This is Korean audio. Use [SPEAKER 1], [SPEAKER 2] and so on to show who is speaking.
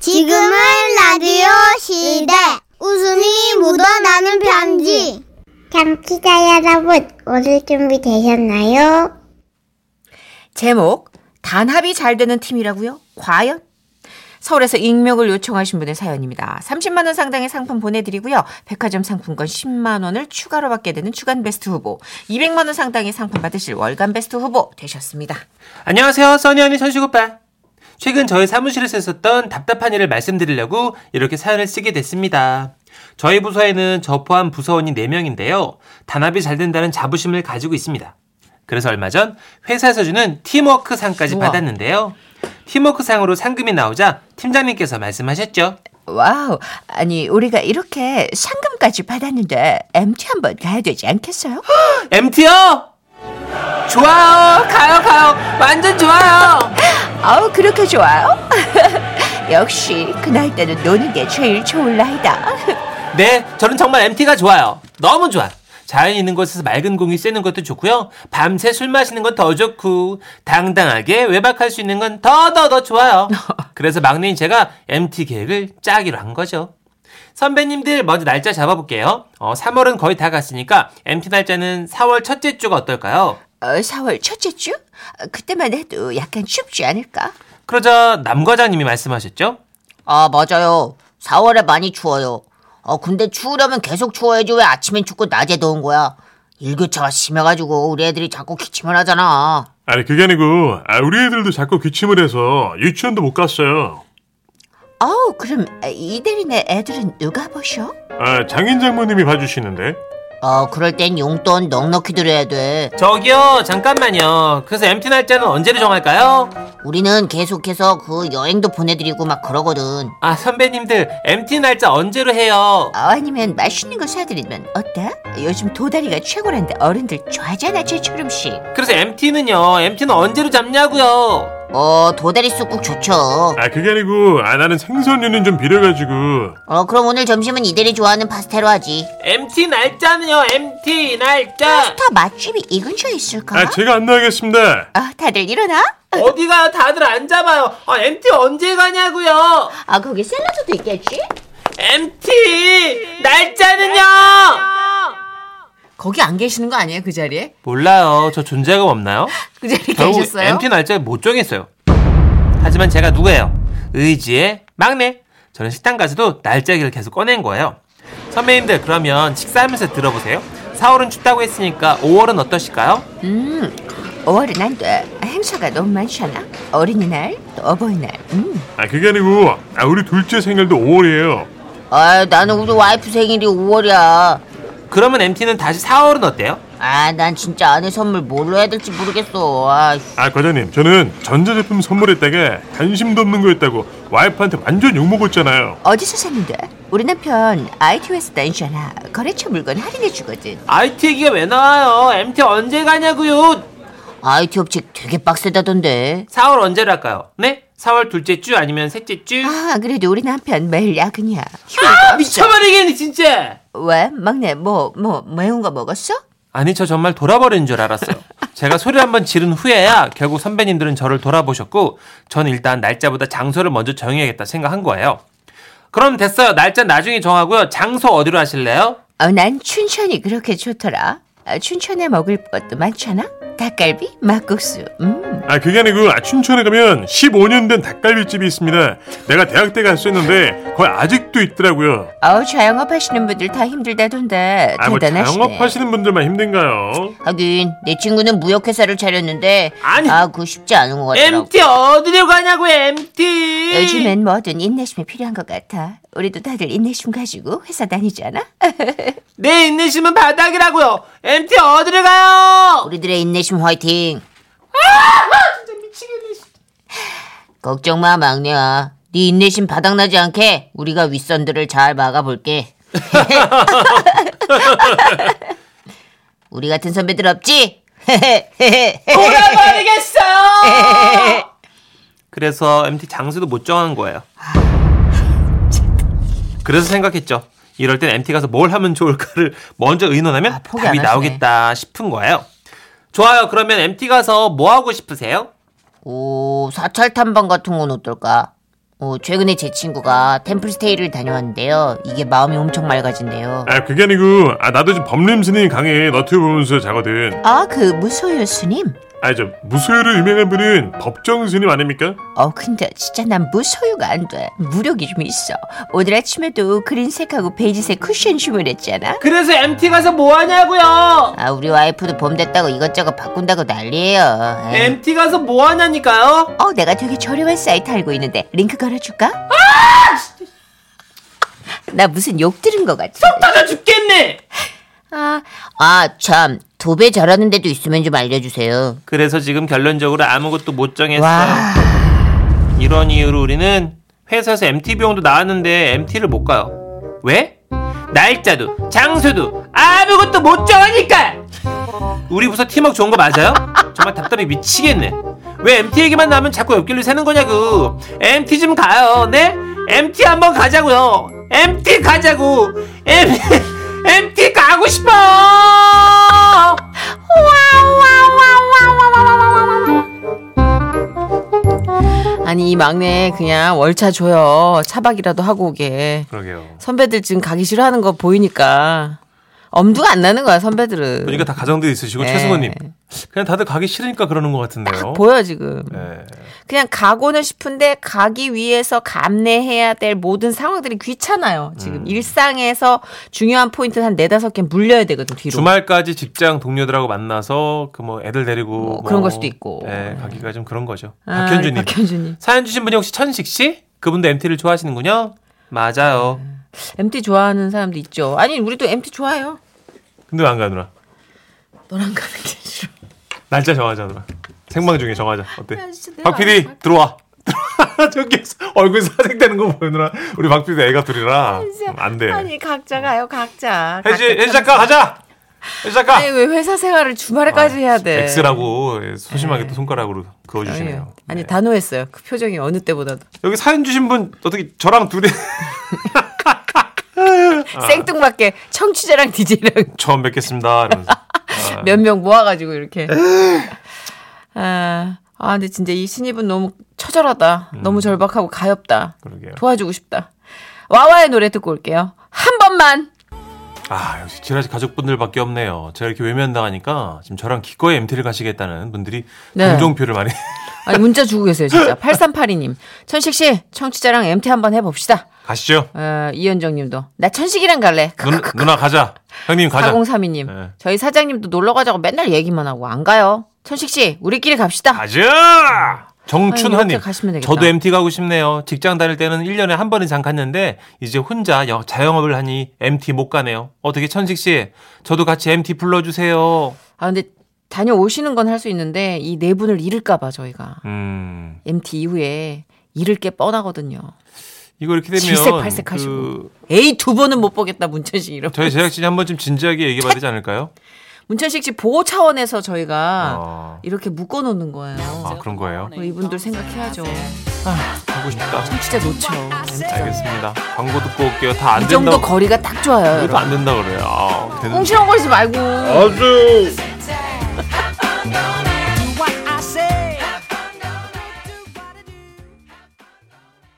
[SPEAKER 1] 지금은 라디오 시대. 웃음이 묻어나는 편지.
[SPEAKER 2] 참치자 여러분, 오늘 준비 되셨나요?
[SPEAKER 3] 제목 단합이 잘 되는 팀이라고요? 과연? 서울에서 익명을 요청하신 분의 사연입니다. 30만 원 상당의 상품 보내드리고요. 백화점 상품권 10만 원을 추가로 받게 되는 주간 베스트 후보, 200만 원 상당의 상품 받으실 월간 베스트 후보 되셨습니다.
[SPEAKER 4] 안녕하세요, 써니 언니 천식 오빠. 최근 저희 사무실에서 있었던 답답한 일을 말씀드리려고 이렇게 사연을 쓰게 됐습니다. 저희 부서에는 저 포함 부서원이 4명인데요. 단합이 잘 된다는 자부심을 가지고 있습니다. 그래서 얼마 전 회사에서 주는 팀워크 상까지
[SPEAKER 3] 우와.
[SPEAKER 4] 받았는데요. 팀워크 상으로 상금이 나오자 팀장님께서 말씀하셨죠.
[SPEAKER 3] 와우, 아니 우리가 이렇게 상금까지 받았는데 MT 한번 가야 되지 않겠어요?
[SPEAKER 4] MT요! 좋아요! 가요, 가요! 완전 좋아요!
[SPEAKER 3] 아우 그렇게 좋아요? 역시 그 나이 때는 노는 게 제일 좋을 나이다.
[SPEAKER 4] 네, 저는 정말 MT가 좋아요. 너무 좋아. 자연 있는 곳에서 맑은 공기 쐬는 것도 좋고요. 밤새 술 마시는 건 더 좋고 당당하게 외박할 수 있는 건 더 더 더 좋아요. 그래서 막내인 제가 MT 계획을 짜기로 한 거죠. 선배님들 먼저 날짜 잡아볼게요. 어, 3월은 거의 다 갔으니까 MT 날짜는 4월 첫째 주가 어떨까요?
[SPEAKER 3] 어, 4월 첫째 주? 어, 그때만 해도 약간 춥지 않을까?
[SPEAKER 4] 그러자 남 과장님이 말씀하셨죠.
[SPEAKER 5] 아, 맞아요. 4월에 많이 추워요. 어, 근데 추우려면 계속 추워야지 왜 아침엔 춥고 낮에 더운 거야? 일교차가 심해가지고 우리 애들이 자꾸 기침을 하잖아.
[SPEAKER 6] 아니 그게 아니고 아, 우리 애들도 자꾸 기침을 해서 유치원도 못 갔어요.
[SPEAKER 3] 어우 그럼 이대리네 애들은 누가 보셔?
[SPEAKER 6] 아, 장인 장모님이 봐주시는데
[SPEAKER 5] 어, 그럴 땐 용돈 넉넉히 드려야 돼.
[SPEAKER 4] 저기요, 잠깐만요. 그래서 MT 날짜는 언제로 정할까요?
[SPEAKER 5] 우리는 계속해서 그 여행도 보내드리고 막 그러거든.
[SPEAKER 4] 아, 선배님들, MT 날짜 언제로 해요?
[SPEAKER 3] 어, 아니면 맛있는 거 사드리면 어때? 요즘 도다리가 최고란데 어른들 좋아하잖아 제철음식
[SPEAKER 4] 그래서 MT는요, MT는 언제로 잡냐고요?
[SPEAKER 5] 어, 도다리 쑥국 좋죠.
[SPEAKER 6] 아 그게 아니고 아, 나는 생선류는 좀 비려가지고
[SPEAKER 5] 어, 그럼 오늘 점심은 이대리 좋아하는 파스타로 하지.
[SPEAKER 4] MT 날짜는요, MT 날짜!
[SPEAKER 3] 다 맛집이 이 근처에 있을까?
[SPEAKER 6] 아 제가 안 나가겠습니다.
[SPEAKER 3] 아, 다들 일어나?
[SPEAKER 4] 어디 가요? 다들 안 잡아요. 아, MT 언제 가냐고요?
[SPEAKER 3] 아 거기 샐러드도 있겠지?
[SPEAKER 4] MT 날짜는요!
[SPEAKER 5] 거기 안 계시는 거 아니에요, 그 자리에?
[SPEAKER 4] 몰라요. 저 존재감 없나요?
[SPEAKER 5] 그 자리에
[SPEAKER 4] 결국 MT 날짜를 못 정했어요. 하지만 제가 누구예요? 의지의 막내. 저는 식당 가서도 날짜기를 계속 꺼낸 거예요. 선배님들 그러면 식사하면서 들어보세요. 4월은 춥다고 했으니까 5월은 어떠실까요?
[SPEAKER 3] 음 5월은 안돼 행사가 너무 많잖아 어린이날 또 어버이날 음.
[SPEAKER 6] 아 그게 아니고 아, 우리 둘째 생일도 5월이에요.
[SPEAKER 5] 아, 나는 우리 와이프 생일이 5월이야.
[SPEAKER 4] 그러면 MT는 다시 4월은 어때요?
[SPEAKER 5] 아, 난 진짜 아내 선물 뭘로 해야 될지 모르겠어. 아,
[SPEAKER 6] 아 과장님 저는 전자제품 선물했다가 관심도 없는 거였다고 와이프한테 완전 욕 먹었잖아요.
[SPEAKER 3] 어디서 샀는데? 우리 남편 IT 웨스 다니잖아 거래처 물건 할인해 주거든
[SPEAKER 4] IT 얘기가 왜 나와요? MT 언제 가냐고요?
[SPEAKER 5] IT 업체 되게 빡세다던데.
[SPEAKER 4] 4월 언제로 할까요? 네? 4월 둘째 주 아니면 셋째 주?
[SPEAKER 3] 아 그래도 우리 남편 매일 야근이야
[SPEAKER 4] 아, 미쳐버리겠네 진짜.
[SPEAKER 3] 왜? 막내 뭐, 뭐 매운 거 먹었어?
[SPEAKER 4] 아니 저 정말 돌아버린 줄 알았어요. 제가 소리를 한번 지른 후에야 결국 선배님들은 저를 돌아보셨고 전 일단 날짜보다 장소를 먼저 정해야겠다 생각한 거예요. 그럼 됐어요. 날짜 나중에 정하고요. 장소 어디로 하실래요?
[SPEAKER 3] 어, 난 춘천이 그렇게 좋더라 아, 춘천에 먹을 것도 많잖아 닭갈비, 막국수 음.
[SPEAKER 6] 아 그게 아니고 아, 춘천에 가면 15년 된 닭갈비집이 있습니다. 내가 대학 때 갔었는데 거의 아직도 있더라고요.
[SPEAKER 3] 어, 자영업 하시는 분들 다 힘들다던데
[SPEAKER 6] 아 뭐
[SPEAKER 3] 대단하시네
[SPEAKER 6] 자영업 하시는 분들만 힘든가요?
[SPEAKER 5] 하긴 내 친구는 무역회사를 차렸는데
[SPEAKER 4] 아니.
[SPEAKER 5] 아, 그거 쉽지 않은 것 같더라고.
[SPEAKER 4] MT 어디로 가냐고요, MT.
[SPEAKER 3] 요즘엔 뭐든 인내심이 필요한 것 같아 우리도 다들 인내심 가지고 회사 다니잖아
[SPEAKER 4] 내 인내심은 바닥이라고요. MT 어디로 가요?
[SPEAKER 5] 우리들의 인내심 화이팅. 걱정 마, 막내야. 네 인내심 바닥나지 않게 우리가 윗선들을 잘 막아볼게. 우리 같은 선배들 없지?
[SPEAKER 4] 돌아버리겠어요. 그래서 MT 장소도 못 정한 거예요.
[SPEAKER 5] 아,
[SPEAKER 4] 그래서 생각했죠. 이럴 땐 MT 가서 뭘 하면 좋을까를 먼저 의논하면
[SPEAKER 5] 아, 포기 안
[SPEAKER 4] 답이
[SPEAKER 5] 하시네.
[SPEAKER 4] 나오겠다 싶은 거예요. 좋아요. 그러면 MT 가서 뭐 하고 싶으세요?
[SPEAKER 5] 오, 사찰 탐방 같은 건 어떨까? 어, 최근에 제 친구가 템플스테이를 다녀왔는데요. 이게 마음이 엄청 맑아진대요.
[SPEAKER 6] 아 그게 아니고 아 나도 지금 법림 스님 강의 너튜브 보면서 자거든.
[SPEAKER 5] 아, 그 무소유 스님?
[SPEAKER 6] 아 저 무소유로 유명한 분은 법정 스님 아닙니까?
[SPEAKER 5] 어, 근데 진짜 난 무소유가 안 돼. 무력이 좀 있어. 오늘 아침에도 그린색하고 베이지색 쿠션 춤을 했잖아.
[SPEAKER 4] 그래서 MT 가서 뭐 하냐고요?
[SPEAKER 5] 아, 우리 와이프도 봄 됐다고 이것저것 바꾼다고 난리예요. 에이.
[SPEAKER 4] MT 가서 뭐 하냐니까요?
[SPEAKER 5] 어, 내가 되게 저렴한 사이트 알고 있는데 링크 걸어줄까? 나 무슨 욕 들은 것 같아.
[SPEAKER 4] 터져 죽겠네.
[SPEAKER 5] 아, 아, 참. 도배 잘하는 데도 있으면 좀 알려주세요.
[SPEAKER 4] 그래서 지금 결론적으로 아무것도 못 정했어.
[SPEAKER 5] 와.
[SPEAKER 4] 이런 이유로 우리는 회사에서 MT 비용도 나왔는데 MT를 못 가요. 왜? 날짜도 장소도 아무것도 못 정하니까. 우리 부서 팀워크 좋은 거 맞아요? 정말 답답해 미치겠네. 왜 MT 얘기만 나면 자꾸 옆길로 새는 거냐고. MT 좀 가요. 네? MT 한번 가자고요. MT 가자고. M MT 가고 싶어.
[SPEAKER 3] 아니 이 막내 그냥 월차 줘요. 차박이라도 하고 오게.
[SPEAKER 6] 그러게요.
[SPEAKER 3] 선배들 지금 가기 싫어하는 거 보이니까 엄두가 안 나는 거야 선배들은.
[SPEAKER 6] 보니까 다 가정도 있으시고
[SPEAKER 3] 네.
[SPEAKER 6] 최승호님 그냥 다들 가기 싫으니까 그러는 것 같은데요.
[SPEAKER 3] 보여 지금.
[SPEAKER 6] 네.
[SPEAKER 3] 그냥 가고는 싶은데 가기 위해서 감내해야 될 모든 상황들이 귀찮아요. 지금 일상에서 중요한 포인트 한 네다섯 개 물려야 되거든 뒤로.
[SPEAKER 4] 주말까지 직장 동료들하고 만나서 그 뭐 애들 데리고
[SPEAKER 3] 뭐 그런 걸 수도 있고.
[SPEAKER 4] 예, 가기가 좀 그런 거죠.
[SPEAKER 3] 아,
[SPEAKER 4] 박현주님
[SPEAKER 3] 박현주님.
[SPEAKER 4] 사연 주신 분이 혹시 천식 씨? 그분도 MT를 좋아하시는군요. 맞아요.
[SPEAKER 3] MT 좋아하는 사람도 있죠. 아니 우리도 MT 좋아해요.
[SPEAKER 6] 근데 왜안 가 누나?
[SPEAKER 3] 너랑 가는 게 싫어.
[SPEAKER 6] 날짜 정하자 누나. 생방 중에 정하자 어때?
[SPEAKER 3] 야, 아, 진짜 내가
[SPEAKER 6] 박 PD 들어와. 저기 얼굴 사색되는 거 보여 누나. 우리 박 PD 애가 둘이라 안 돼.
[SPEAKER 3] 아니 아, 각자 가요 각자.
[SPEAKER 6] 어. 해지
[SPEAKER 3] 각자
[SPEAKER 6] 해지 작가 가자. 해지 작가.
[SPEAKER 3] 아니 왜 회사 생활을 주말에까지
[SPEAKER 6] 아,
[SPEAKER 3] 해야 돼?
[SPEAKER 6] X라고 예, 소심하게 또 손가락으로 그어주시네요.
[SPEAKER 3] 네. 아니요. 아니
[SPEAKER 6] 네.
[SPEAKER 3] 단호했어요. 그 표정이 어느 때보다도
[SPEAKER 6] 여기 사연 주신 분 어떻게 저랑 둘이 아.
[SPEAKER 3] 생뚱맞게 청취자랑 DJ랑
[SPEAKER 6] 처음 뵙겠습니다. 이러면서. 아.
[SPEAKER 3] 몇 명 모아가지고 이렇게. 아, 아 근데 진짜 이 신입은 너무 처절하다. 너무 절박하고 가엽다.
[SPEAKER 6] 음. 그러게요.
[SPEAKER 3] 도와주고 싶다. 와와의 노래 듣고 올게요. 한 번만.
[SPEAKER 6] 아 역시 지라시 가족분들밖에 없네요. 제가 이렇게 외면당하니까 지금 저랑 기꺼이 MT를 가시겠다는 분들이
[SPEAKER 3] 네.
[SPEAKER 6] 동정표를 많이
[SPEAKER 3] 아니 문자 주고 계세요 진짜. 8382님. 천식 씨 청취자랑 MT 한번 해봅시다.
[SPEAKER 6] 가시죠.
[SPEAKER 3] 어, 이현정님도 나 천식이랑 갈래.
[SPEAKER 4] 그
[SPEAKER 6] 누, 누나 가자. 형님 가자.
[SPEAKER 3] 4032님.
[SPEAKER 6] 네.
[SPEAKER 3] 저희 사장님도 놀러 가자고 맨날 얘기만 하고 안 가요. 천식 씨 우리끼리 갑시다.
[SPEAKER 6] 가자.
[SPEAKER 3] 아니,
[SPEAKER 6] 정춘하님,
[SPEAKER 3] 이렇게 가시면 되겠다.
[SPEAKER 4] 아, 저도 MT 가고 싶네요. 직장 다닐 때는 1년에 한 번 이상 갔는데 이제 혼자 여- 자영업을 하니 MT 못 가네요. 어떻게 천식 씨? 저도 같이 MT 불러주세요.
[SPEAKER 3] 아 근데 다녀오시는 건 할 수 있는데 이 네 분을 잃을까봐 저희가
[SPEAKER 6] 음,
[SPEAKER 3] MT 이후에 잃을 게 뻔하거든요.
[SPEAKER 4] 이거 이렇게 되면 그,
[SPEAKER 3] 질색팔색 하시고. 에이 두 번은 못 보겠다 문천식 이런.
[SPEAKER 4] 저희 제작진이 한 번쯤 진지하게 얘기해봐야 되지 않을까요?
[SPEAKER 3] 문천식 씨 보호 차원에서 저희가
[SPEAKER 4] 아.
[SPEAKER 6] 어,
[SPEAKER 3] 이렇게 묶어놓는 거예요.
[SPEAKER 6] 아, 그런 거예요.
[SPEAKER 3] 우리 이분들 생각해야죠.
[SPEAKER 4] 하고 싶다.
[SPEAKER 3] 진짜 놓쳐.
[SPEAKER 4] 알겠습니다. 광고 듣고 올게요. 다
[SPEAKER 3] 이
[SPEAKER 4] 안
[SPEAKER 3] 정도
[SPEAKER 4] 된다고.
[SPEAKER 3] 거리가 딱 좋아요.
[SPEAKER 4] 그래도
[SPEAKER 3] 여러분.
[SPEAKER 4] 안 된다 그래요. 아, 되는
[SPEAKER 3] 꽁시렁거리지 말고.
[SPEAKER 6] 아주